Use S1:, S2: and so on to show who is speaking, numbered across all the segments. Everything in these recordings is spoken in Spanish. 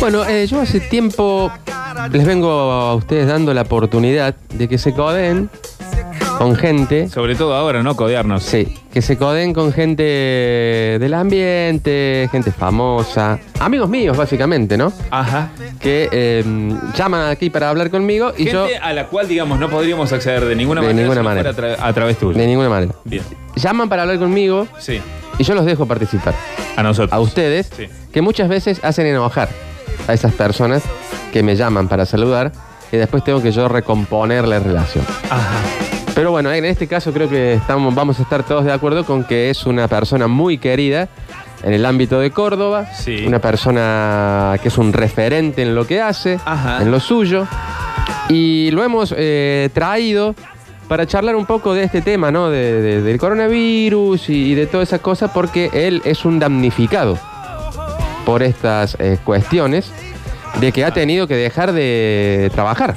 S1: Bueno, eh, yo hace tiempo les vengo a ustedes dando la oportunidad de que se coden con gente.
S2: Sobre todo ahora, ¿no? Codearnos.
S1: Sí, que se coden con gente del ambiente, gente famosa, amigos míos básicamente, ¿no?
S2: Ajá.
S1: Que eh, llaman aquí para hablar conmigo y
S2: Gente
S1: yo...
S2: a la cual, digamos, no podríamos acceder de ninguna
S1: De
S2: manera.
S1: ninguna
S2: si no
S1: manera.
S2: fuera A, tra- a través tuyo.
S1: De ninguna manera.
S2: Bien.
S1: Llaman para hablar conmigo
S2: Sí.
S1: y yo los dejo participar.
S2: A nosotros.
S1: a ustedes
S2: Sí.
S1: que muchas veces hacen enojar a esas personas que me llaman para saludar y después tengo que yo recomponer la relación.
S2: Ajá.
S1: Pero bueno, en este caso creo que estamos, vamos a estar todos de acuerdo con que es una persona muy querida en el ámbito de Córdoba,
S2: Sí.
S1: una persona que es un referente en lo que hace,
S2: Ajá.
S1: en lo suyo, y lo hemos eh, traído para charlar un poco de este tema, ¿no? De- de- del coronavirus y, y de toda esa cosa, porque él es un damnificado por estas eh, cuestiones de que ha tenido que dejar de trabajar.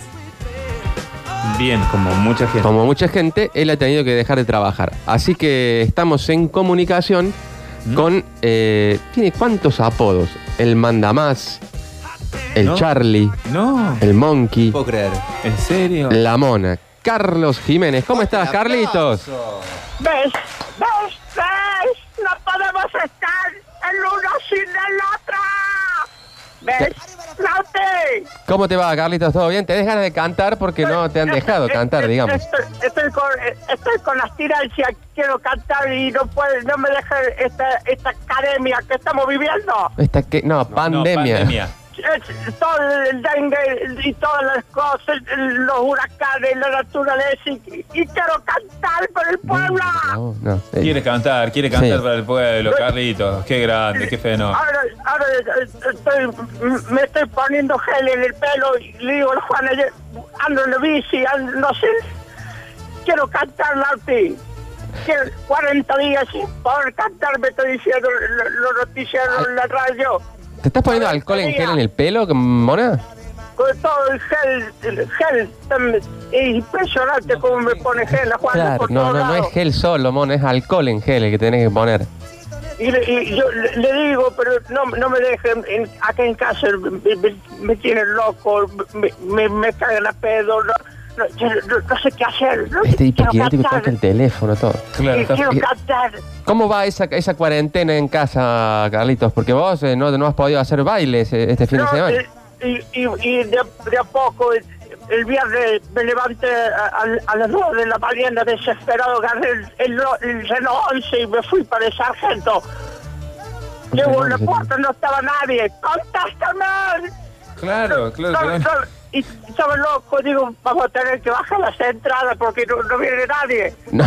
S2: Bien, como mucha gente.
S1: Como mucha gente, él ha tenido que dejar de trabajar. Así que estamos en comunicación con. eh, Tiene cuántos apodos: el Mandamás, el
S2: ¿No?
S1: Charlie,
S2: No,
S1: el Monkey,
S3: puedo creer.
S2: en serio.
S1: la Mona. Carlos Jiménez, ¿cómo estás, Carlitos?
S4: ¿Ves? ¿Ves? ¿Ves? No podemos estar el uno sin el otro. ¿Ves? Lauti.
S1: ¿Cómo te va, Carlitos? ¿Todo bien? ¿Tenés ganas de cantar? Porque no te han dejado cantar, digamos.
S4: Estoy, estoy con, estoy con las tirancias, quiero cantar y no puede, no me deja esta, esta academia que estamos viviendo.
S1: Esta que. No,
S2: No,
S1: pandemia.
S4: Es todo el dengue y todas las cosas, los huracanes, la naturaleza y, y quiero cantar por el pueblo.
S1: No, no, eh,
S2: Quiere cantar, quiere cantar
S1: Sí.
S2: para el pueblo, Carlitos. Qué grande, qué fenómeno.
S4: Ahora, ahora eh, estoy, m- me estoy poniendo gel en el pelo y le digo al Juan, ayer, ando en la bici, ando- no sé, quiero cantar Lauti. Quiero 40 días sin poder cantar, me estoy diciendo lo- lo- los noticieros en la radio,
S1: ¿Te estás poniendo alcohol en gel en el pelo, Mona?
S4: con todo el gel, el gel, tan- es impresionante cómo me pone gel la Juan.
S1: Claro,
S4: por
S1: no,
S4: todos
S1: no, no
S4: lados.
S1: es gel solo, Mona, es alcohol en gel el que tenés que poner.
S4: Y, le- y yo le, le digo, pero no, no me dejen, en- acá en casa me, me- me tienen loco, me, me, me cagan a pedo, no, no, yo no- no sé qué hacer. No,
S1: Este
S4: quiero
S1: hiperquinético
S4: cantar,
S1: toca el teléfono, todo.
S2: Claro,
S4: y
S2: está-
S4: quiero cantar.
S1: ¿Cómo va esa, esa cuarentena en casa, Carlitos? Porque vos eh, no, no has podido hacer bailes eh, este fin de
S4: No,
S1: semana.
S4: y y, y de, de a poco, el, el viernes me levanté a, a- a las 2 de la mañana desesperado, agarré el, el, el reloj 11 y me fui para el sargento. Llego a la puerta, no estaba nadie. ¡Contástame!
S2: claro, claro,
S4: No,
S2: claro.
S4: no, y estaba loco, digo, vamos a tener que bajar las entradas porque no, no viene nadie.
S1: No,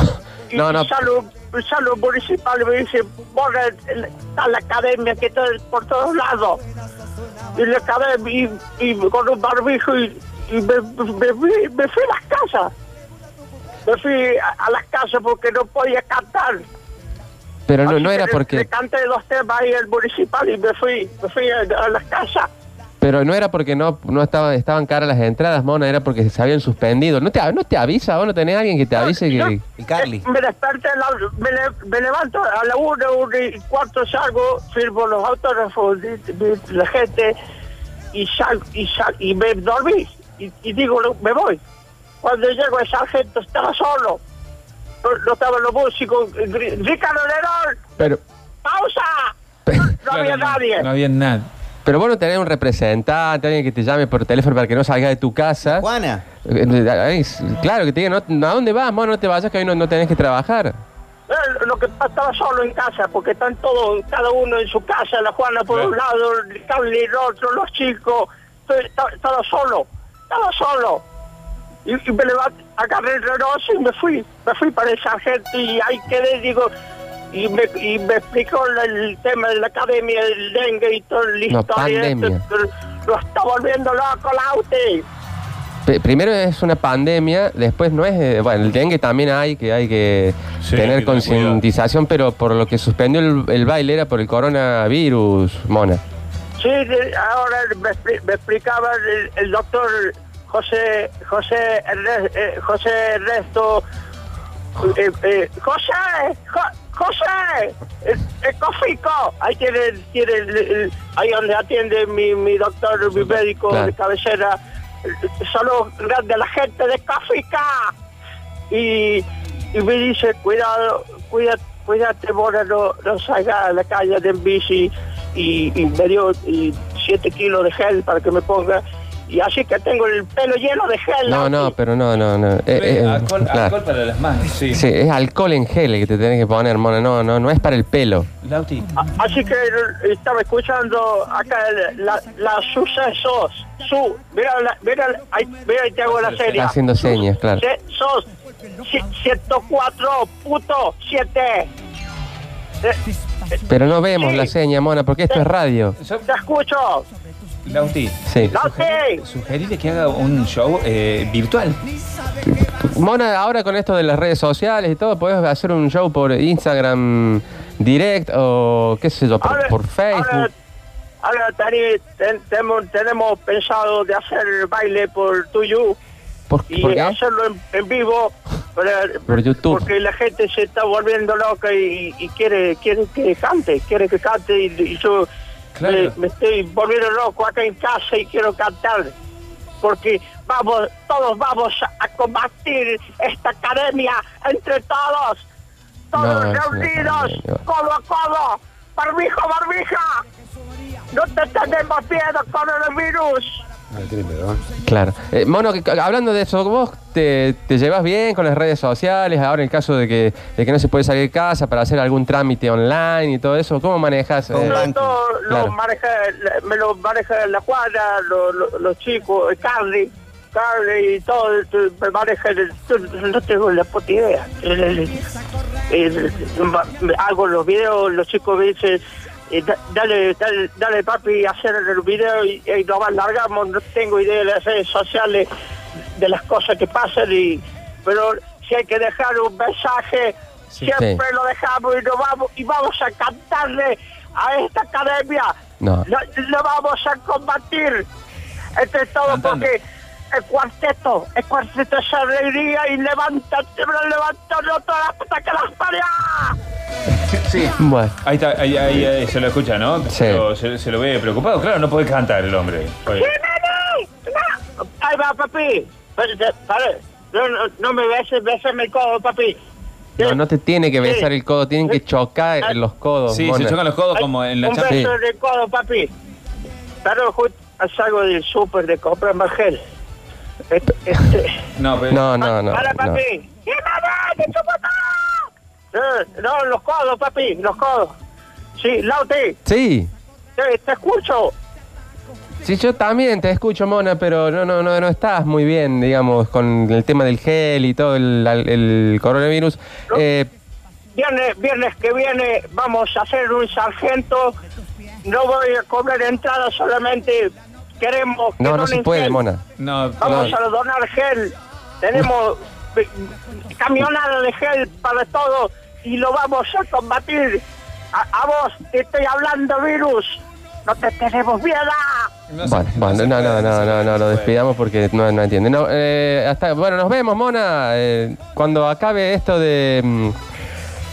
S4: Y
S1: no, no.
S4: Salud, salud municipal me dice, borra el- está la academia que está por todos lados. Y la academia, y, y con un barbijo, y, y me, me- me- me fui a las casas. Me fui a, a las casas porque no podía cantar.
S1: Pero no,
S4: Así
S1: no
S4: que
S1: era
S4: le- Le
S1: porque.
S4: canté dos temas ahí al municipal y me fui, me fui a, a las casas.
S1: Pero no era porque no, no estaba, estaban caras las entradas, Mona, era porque se habían suspendido. ¿No te, no te avisa vos? ¿No tenés alguien que te avise que.?
S3: Y Carly.
S4: Me desperté, a la- me, le- me levanto a la una, una y cuarto salgo, firmo los autógrafos de, de la gente y sal, y sal- y me dormí y, y digo, "No, me voy. Cuando llego el sargento estaba solo, no, no estaban los músicos, gri- Ricardo Lerón,
S1: Pero,
S4: pausa, no, no
S2: Claro,
S4: había
S2: no,
S4: nadie.
S2: No había nadie.
S1: pero vos no tenés un representante, alguien que te llame por teléfono para que no salgas de tu casa.
S3: Juana.
S1: Eh, eh, eh, Claro, que te diga, no, ¿a dónde vas, Mona? No te vayas, que hoy no, no tenés que trabajar.
S4: Eh, Lo que pasa, estaba solo en casa, porque están todos, cada uno en su casa, la Juana por
S2: Claro.
S4: un lado, Ricardo en el otro, los chicos, Estoy- esta- estaba solo, estaba solo. Y, y me levanté, agarré el reloj y me fui, me fui para el sargento y ahí quedé, digo, y me, y me explicó la- el tema de la academia, el dengue y todo, la
S1: No,
S4: historia.
S1: pandemia.
S4: Lo está volviendo loco, Lauti.
S1: Pe- Primero es una pandemia, después no es. eh, bueno, el dengue también hay que hay que
S2: Sí, hay
S1: tener
S2: que tener
S1: concientización, pero por lo que suspendió el, el baile era por el coronavirus, mona.
S4: Sí, de- ahora me, expli- me explicaba el, el doctor José José Erne- eh, José Ernesto eh, eh, José, Jo- José, el, el cofico. Ahí tiene, tiene el- el- ahí donde atiende mi, mi doctor, mi médico
S1: Claro.
S4: de cabecera. Solo grande la gente de cofica. Y, y me dice, cuidado, cuídate, cuídate, mora, no, no salgas a la calle en bici. Y, y me dio 7 kilos de gel para que me ponga. Y así que tengo el pelo lleno de gel.
S1: No,
S4: Lauti.
S1: no, pero no, no, no. Eh, eh,
S2: alcohol,
S1: claro.
S2: alcohol para las manos, sí.
S1: Sí, es alcohol en gel el que te tenés que poner, mono. No, no, no es para el pelo.
S2: Lauti.
S4: A- Así que eh, estaba escuchando acá el- la, la sucesos. Su, mira, la, mira, la- ahí, mira, ahí te hago la serie.
S1: Está haciendo señas, claro.
S4: Se- sos ci- 104.7. Eh, eh,
S1: Pero no vemos
S4: Sí.
S1: la seña, mona, porque esto es radio.
S2: Yo-
S4: Te escucho.
S2: Lauti.
S1: Sí.
S4: Date.
S2: Sugerirle que haga un show eh, virtual.
S1: Mona, ahora con esto de las redes sociales y todo, podés hacer un show por Instagram Direct o qué sé yo, por,
S4: Ahora-
S1: por
S4: Ahora,
S1: Facebook.
S4: ahora Tani, ten- tenemos, tenemos pensado de hacer baile por tuyo
S1: ¿Por,
S4: y
S1: por qué?
S4: hacerlo en, en vivo. para-
S1: Por YouTube.
S4: Porque la gente se está volviendo loca y, y quiere, quiere que cante, quiere que cante y, y yo
S2: Claro.
S4: me, me estoy volviendo loco acá en casa y quiero cantar. Porque vamos, todos vamos a combatir esta academia entre todos, todos
S1: No, es una
S4: reunidos,
S1: academia.
S4: codo a codo, barbijo, barbija. No te tenemos miedo, coronavirus.
S1: Claro. Eh, mono, que- hablando de eso, ¿vos te, te llevas bien con las redes sociales? Ahora en el caso de que, de que no se puede salir de casa para hacer algún trámite online y todo eso, ¿cómo manejas?
S3: Con
S1: eh?
S3: banco.
S4: Todo lo
S1: Claro.
S4: maneja, la- me lo maneja la cuadra, lo- lo- los chicos, eh, Carly, Carly y todo, eh, me maneja, el- yo no tengo la puta idea. El- el- el- ma- me- hago los videos, los chicos me dicen, eh, da- dale, dale, dale papi, hacer el video y, y nomás largamos, no tengo idea de las redes sociales, de las cosas que pasan, y pero si hay que dejar un mensaje,
S1: Sí.
S4: siempre
S1: Sí.
S4: lo dejamos y nos vamos y vamos a cantarle a esta academia.
S1: No.
S4: Lo, lo vamos a combatir. Entre todo
S2: Cantando.
S4: porque el cuarteto, el cuarteto es alegría y levántate, pero levántate toda la puta que las parió.
S2: Sí.
S1: Bueno.
S2: Ahí está, ahí, ahí, ahí se lo escucha, ¿no?
S1: Sí.
S2: Pero se, se lo ve preocupado, claro, no puede cantar el hombre. Oye,
S4: ¡Sí, mami! ¡No! Ahí va, papi. Pare, pare. No, no, no me beses, besame el codo, papi.
S1: No, no te tiene que besar el codo, tienen que chocar los codos.
S2: Sí,
S1: mona.
S2: se chocan los codos como en la
S4: Un
S2: chapa.
S4: beso de codo, papi. Claro, justo salgo del súper de comprar más gel. Este- este-
S2: No, pero.
S1: No, no, no.
S4: Ah, Para,
S1: no.
S4: papi. ¡Sí, mamá! ¡Te chupo todo! Eh, No, los codos, papi, los codos. Sí, Lauti,
S1: Sí.
S4: te, te escucho.
S1: Sí, yo también te escucho, Mona, pero no, no, no, no estás muy bien, digamos, con el tema del gel y todo el, el coronavirus. Eh,
S4: Viernes, viernes que viene vamos a hacer un sargento. No voy a cobrar entrada solamente. Queremos que
S1: no, no
S4: donen
S1: se puede,
S4: gel.
S1: Mona.
S2: No,
S4: Vamos
S2: no.
S4: a donar gel. Tenemos eh, camionada de gel para todo y lo vamos a combatir. A, a vos te estoy hablando, virus. No te tenemos miedo.
S2: No se-
S1: Bueno, bueno,
S2: se
S1: no,
S2: puede,
S1: no, no,
S2: se
S1: no, no,
S2: puede, se
S1: lo
S2: puede.
S1: despidamos porque no, no entiende. No, eh, hasta, bueno, nos vemos, Mona. eh, cuando acabe esto de,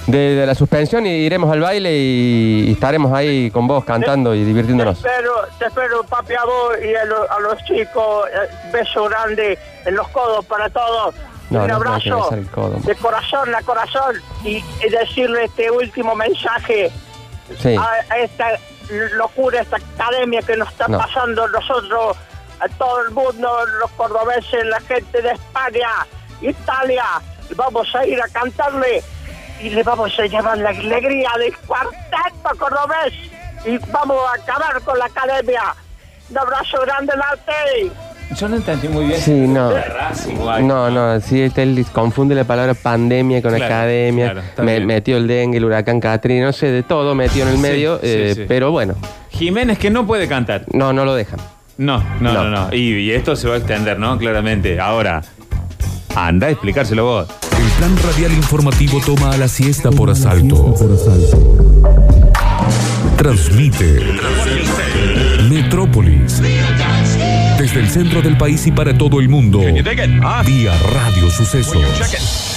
S1: mm, de, de la suspensión, iremos al baile y, y estaremos ahí con vos cantando y divirtiéndonos.
S4: Te espero, te espero, papi, a vos y a, lo- a los chicos. eh, Beso grande en los codos para todos.
S1: No,
S4: Un
S1: no, no hay que
S4: abrazo
S1: besar el codo.
S4: de corazón a corazón y y decirle este último mensaje
S1: Sí.
S4: a, a esta locura, esta academia que nos está
S1: No.
S4: pasando nosotros, a todo el mundo, los cordobeses, la gente de España, Italia. Vamos a ir a cantarle y le vamos a llevar la alegría del cuarteto cordobés y vamos a acabar con la academia. Un abrazo grande, Latte.
S2: Yo no entendí muy bien.
S1: Sí, no.
S2: Racing, guay.
S1: No, no, sí, este, él confunde la palabra pandemia con
S2: Claro,
S1: academia.
S2: claro, está
S1: Me-
S2: bien.
S1: metió el dengue, el huracán Katrina, no sé, de todo metió en el
S2: Sí,
S1: medio,
S2: sí,
S1: eh,
S2: sí.
S1: pero bueno,
S2: Jiménez que no puede cantar.
S1: no, no lo dejan.
S2: No, no,
S1: No.
S2: no, no. Y, y esto se va a extender, ¿no? Claramente. Ahora, anda a explicárselo vos.
S5: El plan radial informativo toma a la siesta por asalto. Transmite. Metrópolis. Desde el centro del país y para todo el mundo. Vía Radio Sucesos.